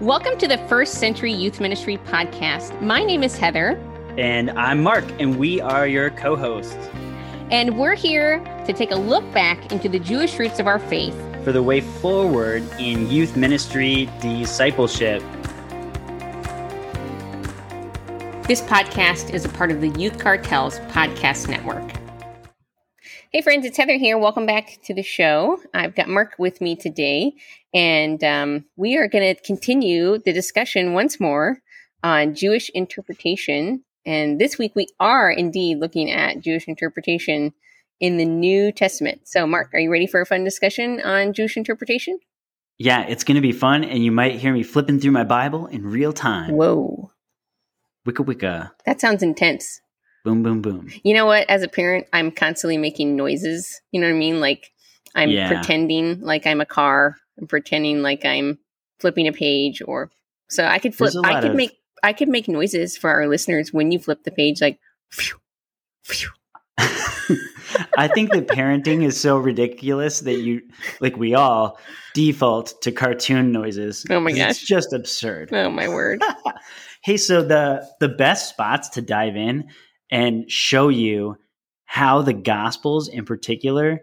Welcome to the First Century Youth Ministry podcast. My name is Heather, And I'm Mark, and we are your co hosts and we're here to take a look back into the Jewish roots of our faith. for the way forward in youth ministry discipleship. This podcast is a part of the Youth Cartels Podcast Network. Hey, friends, it's Heather here. Welcome back to the show. I've got Mark with me today, and um, we are going to continue the discussion once more on Jewish interpretation. And this week, we are indeed looking at Jewish interpretation in the New Testament. So, Mark, are you ready for a fun discussion on Jewish interpretation? Yeah, it's going to be fun, and you might hear me flipping through my Bible in real time. Whoa, Wicka wicka, that sounds intense. boom, boom, boom. You know what? As a parent, I'm constantly making noises. You know what I mean? Like I'm Yeah. pretending like I'm a car. I'm pretending like I'm flipping a page or so I could flip There's a I lot could of- make I could make noises for our listeners when you flip the page like phew, phew. I think that parenting is so ridiculous that you, like we all, default to cartoon noises. Oh my 'cause It's gosh. just absurd. Oh my word. hey, so the the best spots to dive in and show you how the gospels in particular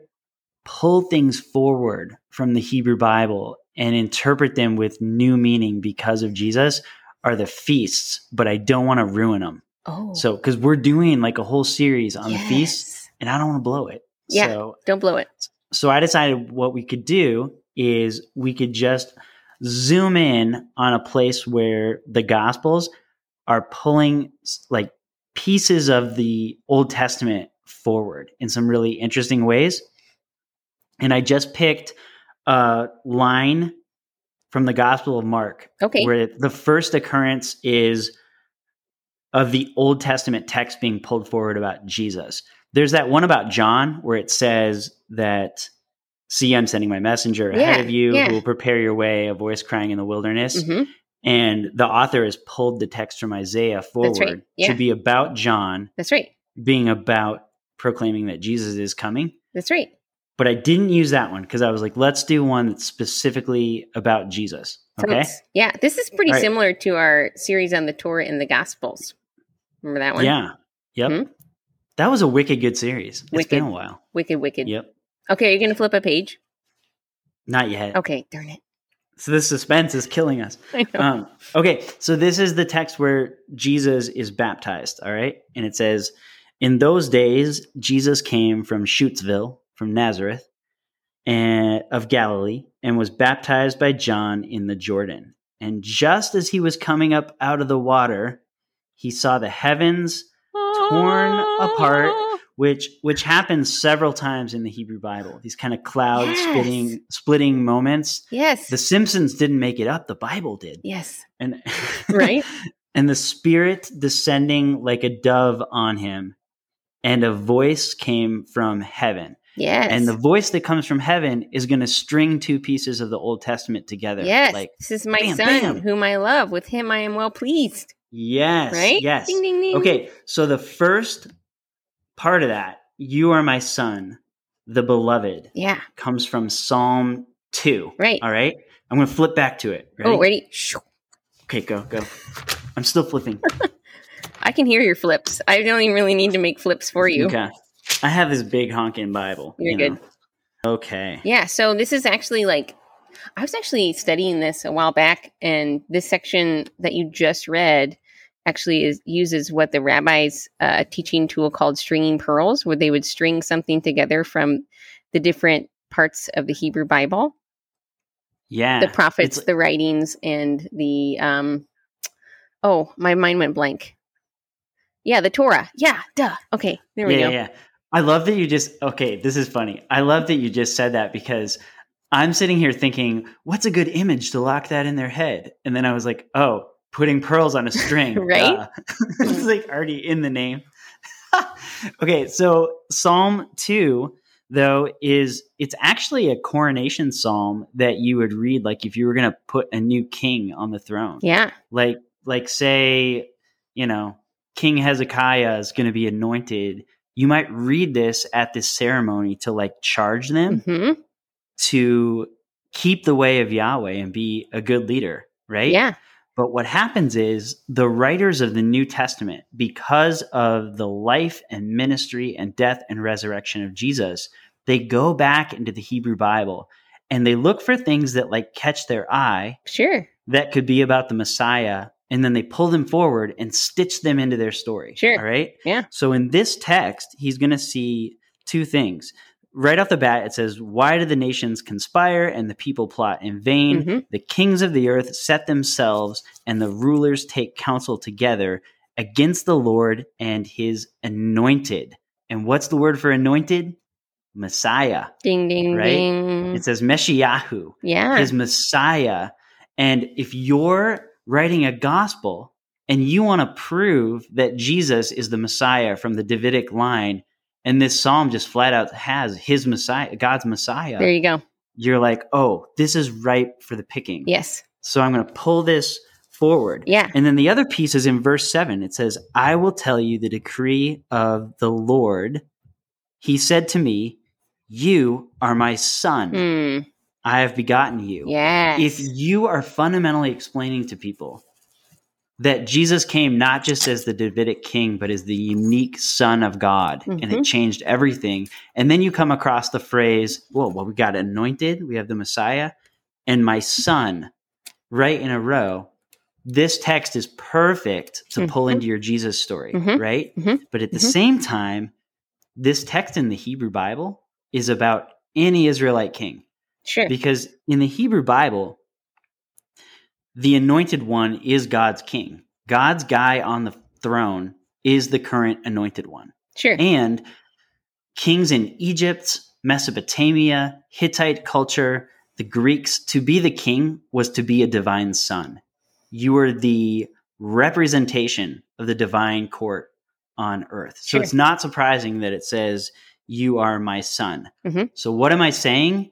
pull things forward from the Hebrew Bible and interpret them with new meaning because of Jesus are the feasts, but I don't want to ruin them. Oh So cuz we're doing like a whole series on the feasts yes. and I don't want to blow it. Yeah. So Don't blow it. so I decided what we could do is we could just zoom in on a place where the gospels are pulling s- like pieces of the Old Testament forward in some really interesting ways. And I just picked a line from the Gospel of Mark Okay. where the first occurrence is of the Old Testament text being pulled forward about Jesus. There's that one about John where it says that, see, I'm sending my messenger ahead Yeah, of you yeah. who will prepare your way, a voice crying in the wilderness. Mhm. And the author has pulled the text from Isaiah right, forward yeah. to be about John That's right. being about proclaiming that Jesus is coming. That's right. But I didn't use that one because I was like, let's do one that's specifically about Jesus. So Okay. it's- Yeah. This is pretty All right. similar to our series on the Torah and the Gospels. Remember that one? Yeah. Yep. Hmm? That was a wicked good series. It's Wicked. been a while. Wicked, wicked. Yep. Okay, are you gonna flip a page? Not yet. Okay, darn it. So this suspense is killing us. I know. Um, okay. So this is the text where Jesus is baptized. All right. And it says, In those days, Jesus came from Shutesville, from Nazareth and of Galilee, and was baptized by John in the Jordan. And just as he was coming up out of the water, he saw the heavens torn apart, which which happens several times in the Hebrew Bible. These kind of cloud Yes. splitting splitting moments. Yes. The Simpsons didn't make it up; the Bible did, yes. and Right? and the Spirit descending like a dove on him, and a voice came from heaven. Yes. And the voice that comes from heaven is going to string two pieces of the Old Testament together. Yes. like this is my bam, son bam. whom I love. With him I am well pleased. yes, Right? yes, Ding ding ding. Okay, so the first part of that, you are my son, the beloved, Yeah. comes from Psalm 2. Right. All right? I'm going to flip back to it. Ready? Oh, ready? Shoo. Okay, go, go. I'm still flipping. I can hear your flips. I don't even really need to make flips for you. Okay. I have this big honking Bible. You're you know. Okay. Yeah, so this is actually like I was actually studying this a while back and this section that you just read actually is uses what the rabbis uh, teaching tool called stringing pearls where they would string something together from the different parts of the Hebrew Bible, Yeah. the prophets, It's- the writings and the um oh, my mind went blank. Yeah, the Torah. Yeah, duh. Okay, there we yeah, go. yeah. I love that you just, okay, this is funny. I love that you just said that because I'm sitting here thinking, what's a good image to lock that in their head? And then I was like, oh, putting pearls on a string. Right? duh. it's like already in the name. okay, so Psalm 2 though is it's actually a coronation psalm that you would read like if you were going to put a new king on the throne Yeah. like like say you know king hezekiah is going to be anointed you might read this at this ceremony to like charge them Mhm. to keep the way of yahweh and be a good leader right? Yeah. But what happens is the writers of the New Testament, because of the life and ministry and death and resurrection of Jesus, they go back into the Hebrew Bible and they look for things that like catch their eye Sure. that could be about the Messiah. And then they pull them forward and stitch them into their story. Sure. All right. Yeah. So in this text, he's going to see two things. Right off the bat, it says, Why do the nations conspire and the people plot in vain? Mhm. The kings of the earth set themselves, and the rulers take counsel together against the Lord and his anointed. And what's the word for anointed? Messiah. Ding ding Right? ding. It says Meshiahu, yeah. his Messiah. And if you're writing a gospel and you want to prove that Jesus is the Messiah from the Davidic line, and this psalm just flat out has his Messiah, God's Messiah, There you go. you're like, oh, this is ripe for the picking. Yes. So I'm going to pull this forward. Yeah. And then the other piece is in verse 7. It says, I will tell you the decree of the Lord. He said to me, You are my son. Hmm. I have begotten you. Yes. Mm. If you are fundamentally explaining to people that Jesus came not just as the Davidic king, but as the unique son of God, and it Mhm. changed everything, and then you come across the phrase, whoa, well, we got anointed, we have the Messiah, and my son right in a row. This text is perfect to pull into your Jesus story, Mhm. right? Mhm. But at the Mhm. same time, this text in the Hebrew Bible is about any Israelite king sure. because in the Hebrew Bible, the anointed one is God's king. God's guy on the throne is the current anointed one. sure. And kings in Egypt, Mesopotamia, Hittite culture, the Greeks, to be the king was to be a divine son. You were the representation of the divine court on earth. So Sure. it's not surprising that it says, You are my son. Mhm. So, what am I saying?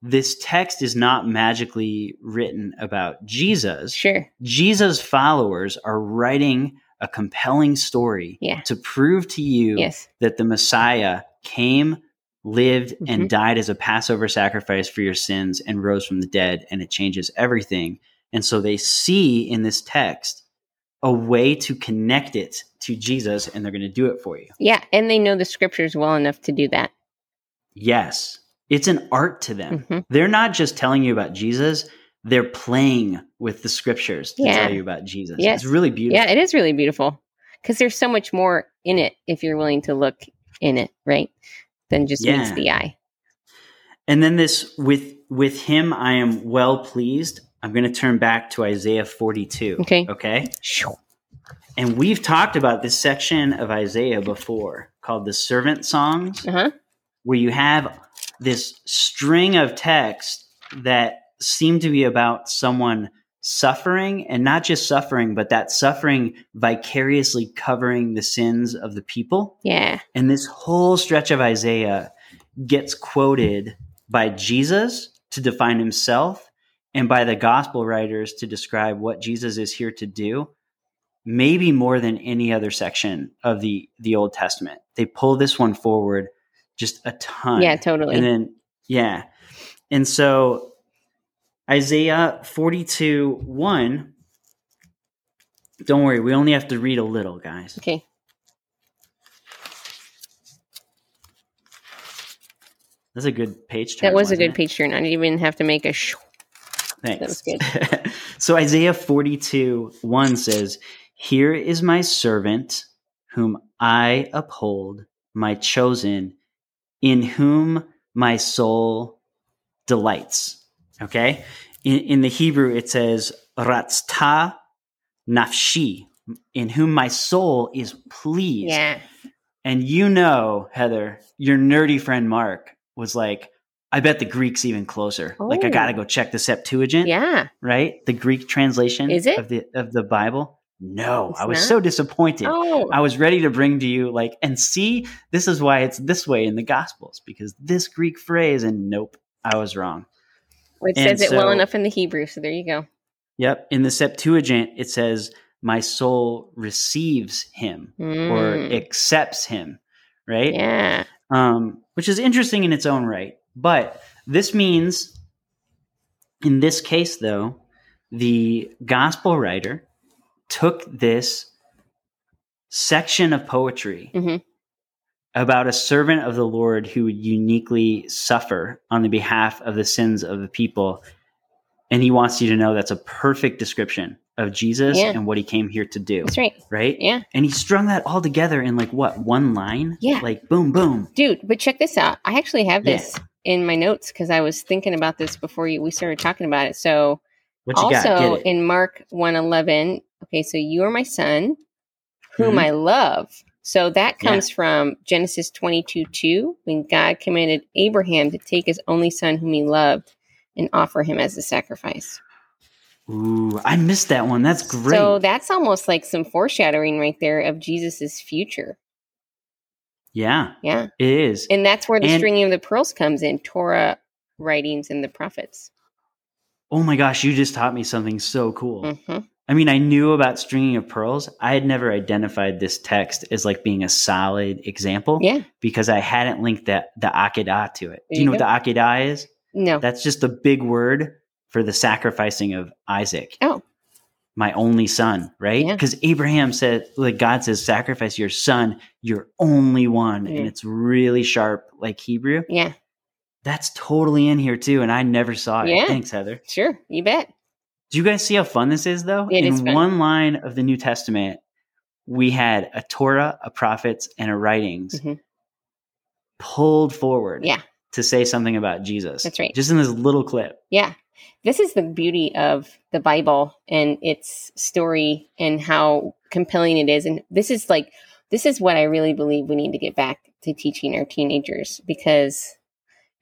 This text is not magically written about Jesus. sure. Jesus' followers are writing a compelling story Yeah. to prove to you Yes. that the Messiah came, lived, Mhm. and died as a Passover sacrifice for your sins and rose from the dead, and it changes everything. And so they see in this text a way to connect it to Jesus, and they're going to do it for you. Yeah. And they know the scriptures well enough to do that. Yes, it's an art to them. Mhm. They're not just telling you about Jesus, they're playing with the scriptures to Yeah. tell you about Jesus. Yes. It's really beautiful. Yeah. It is really beautiful because there's so much more in it if you're willing to look in it, right? Than just meets Yeah. the eye. And then this with with him I am well pleased. I'm going to turn back to Isaiah 42. Okay. Okay? Shoo. And we've talked about this section of Isaiah before called the servant songs Uh-huh. where you have this string of text that seem to be about someone suffering and not just suffering but that suffering vicariously covering the sins of the people. Yeah. And this whole stretch of Isaiah gets quoted by Jesus to define himself and by the gospel writers to describe what Jesus is here to do, maybe more than any other section of the, the Old Testament. They pull this one forward just a ton. Yeah, totally. And then, yeah. And so Isaiah 42 1. Don't worry, we only have to read a little, guys. okay. That's a good page turn. That was a wasn't good it? page turn. I didn't even have to make a shoo. Thanks. That so Isaiah 42 1 says, Here is my servant whom I uphold, my chosen, in whom my soul delights. Okay? In, in the Hebrew, it says, Ratzta nafshi, in whom my soul is pleased. Yeah. And you know, Heather, your nerdy friend Mark was like, I bet the Greek's even closer. Like, I Oh. gotta go check the Septuagint, Yeah. right? The Greek translation Is it? of the of the Bible. No, It's I was not? so disappointed. Oh. I was ready to bring to you, like, and see, this is why it's this way in the Gospels because this Greek phrase, and nope, I was wrong. It And says it well so- enough in the Hebrew, so there you go. Yep. In the Septuagint, it says, "My soul receives him Mm, or accepts him," right? yeah. um, which is interesting in its own right. But this means, in this case, though, the gospel writer took this section of poetry Mhm. about a servant of the Lord who would uniquely suffer on the behalf of the sins of the people. And he wants you to know that's a perfect description of Jesus Yeah. and what he came here to do. That's right. Right? Yeah. And he strung that all together in like what, one line? Yeah. Like boom, boom. Dude, but check this out. I actually have Yeah. this in my notes because I was thinking about this before you, we started talking about it. So What you also got? Get it. in Mark 111, okay, so you are my son, whom Mhm. I love. So that Yeah. comes from Genesis 22 2, when God commanded Abraham to take his only son, whom he loved, and offer him as a sacrifice. Ooh, I missed that one. That's great. So that's almost like some foreshadowing right there of Jesus's future. yeah, Yeah. it is. And that's where the And- stringing of the pearls comes in Torah writings and the prophets. oh my gosh, you just taught me something so cool. hmm I mean, I knew about stringing of pearls. I had never identified this text as like being a solid example Yeah. because I hadn't linked that the akedah to it. There Do you you know what the akedah is? No. That's just the big word for the sacrificing of Isaac. Oh. My only son, right? Yeah. Because Abraham said, like God says, sacrifice your son, your only one. Mhm. And it's really sharp, like Hebrew. yeah. That's totally in here too. And I never saw it. Yeah. Thanks, Heather. Sure. You bet. Do you guys see how fun this is, though? It In is fun. one line of the New Testament, we had a Torah, a prophets, and a writings Mhm. pulled forward Yeah. to say something about Jesus. That's right. Just in this little clip. Yeah. This is the beauty of the Bible and its story and how compelling it is. And this is like, this is what I really believe we need to get back to teaching our teenagers because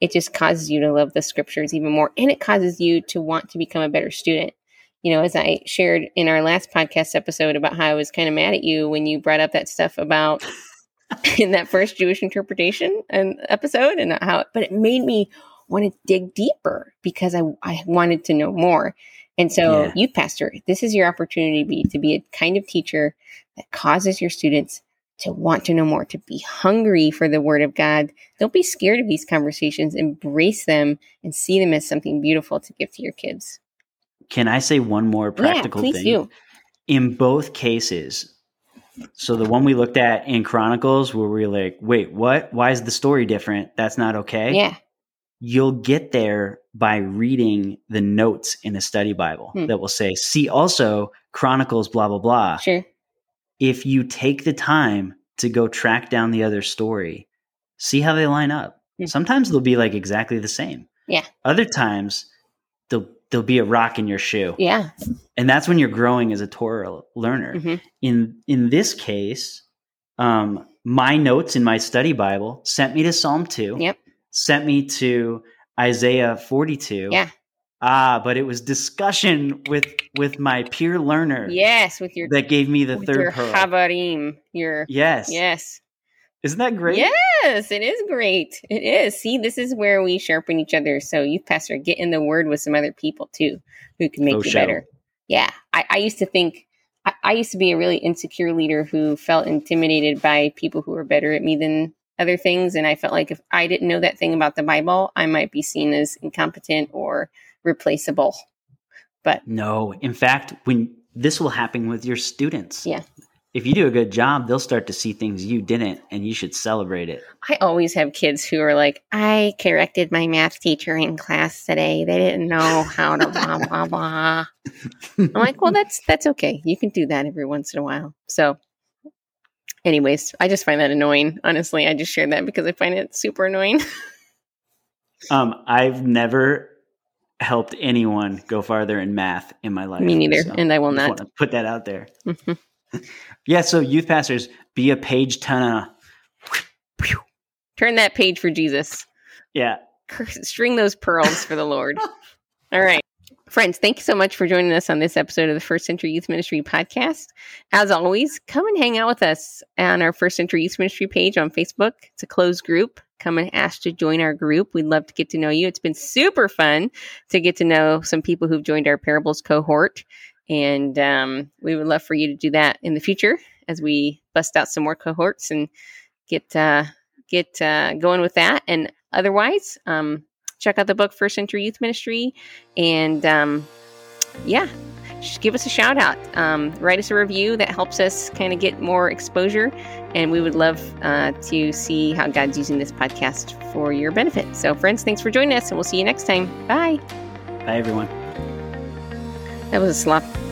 it just causes you to love the scriptures even more. And it causes you to want to become a better student. You know, as I shared in our last podcast episode about how I was kind of mad at you when you brought up that stuff about in that first Jewish interpretation and episode and how but it made me want to dig deeper because I, I wanted to know more. And so Yeah. youth pastor, this is your opportunity to be, to be a kind of teacher that causes your students to want to know more, to be hungry for the word of God. Don't be scared of these conversations. Embrace them and see them as something beautiful to give to your kids. Can I say one more practical yeah, please thing? do. In both cases, so the one we looked at in Chronicles, where we were like, wait, what? Why is the story different? That's not okay. Yeah. you'll get there by reading the notes in a study Bible Hmm. that will say, see also Chronicles, blah, blah, blah. Sure. If you take the time to go track down the other story, see how they line up. Hmm. Sometimes they'll be like exactly the same. Yeah. Other times they'll there'll be a rock in your shoe. Yeah. And that's when you're growing as a Torah learner. Mhm. In in this case, um, my notes in my study Bible sent me to Psalm two Yep. sent me to Isaiah 42. Yeah. Ah, but it was discussion with with my peer learner Yes. With your, that gave me the with third your pearl. havarim, your, yes. yes. Isn't that great? Yes, it is great. It is. See, this is where we sharpen each other. So, youth pastor, get in the word with some other people too who can make For you sure. better. Yeah. I, I used to think, I, I used to be a really insecure leader who felt intimidated by people who were better at me than other things. And I felt like if I didn't know that thing about the Bible, I might be seen as incompetent or replaceable. But No. In fact, when this will happen with your students. Yeah. If you do a good job, they'll start to see things you didn't and you should celebrate it. I always have kids who are like, I corrected my math teacher in class today. They didn't know how to blah blah blah. I'm like, well, that's that's okay. You can do that every once in a while. So, anyways, I just find that annoying. Honestly, I just shared that because I find it super annoying. Um, I've never helped anyone go farther in math in my life. Me neither, so and I will not. just wanna put that out there. Mhm. Yeah, so youth pastors, be a page turner. Turn that page for Jesus. Yeah. Cur- String those pearls for the Lord. All right. Friends, thank you so much for joining us on this episode of the First Century Youth Ministry podcast. As always, come and hang out with us on our First Century Youth Ministry page on Facebook. It's a closed group. Come and ask to join our group. We'd love to get to know you. It's been super fun to get to know some people who've joined our Parables cohort. And um, we would love for you to do that in the future as we bust out some more cohorts and get uh, get uh, going with that. And otherwise, um, check out the book First Century Youth Ministry and um, yeah, just give us a shout out. Um, write us a review that helps us kind of get more exposure. And we would love uh, to see how God's using this podcast for your benefit. So, friends, thanks for joining us, and we'll see you next time. Bye. Bye, everyone. That was a slop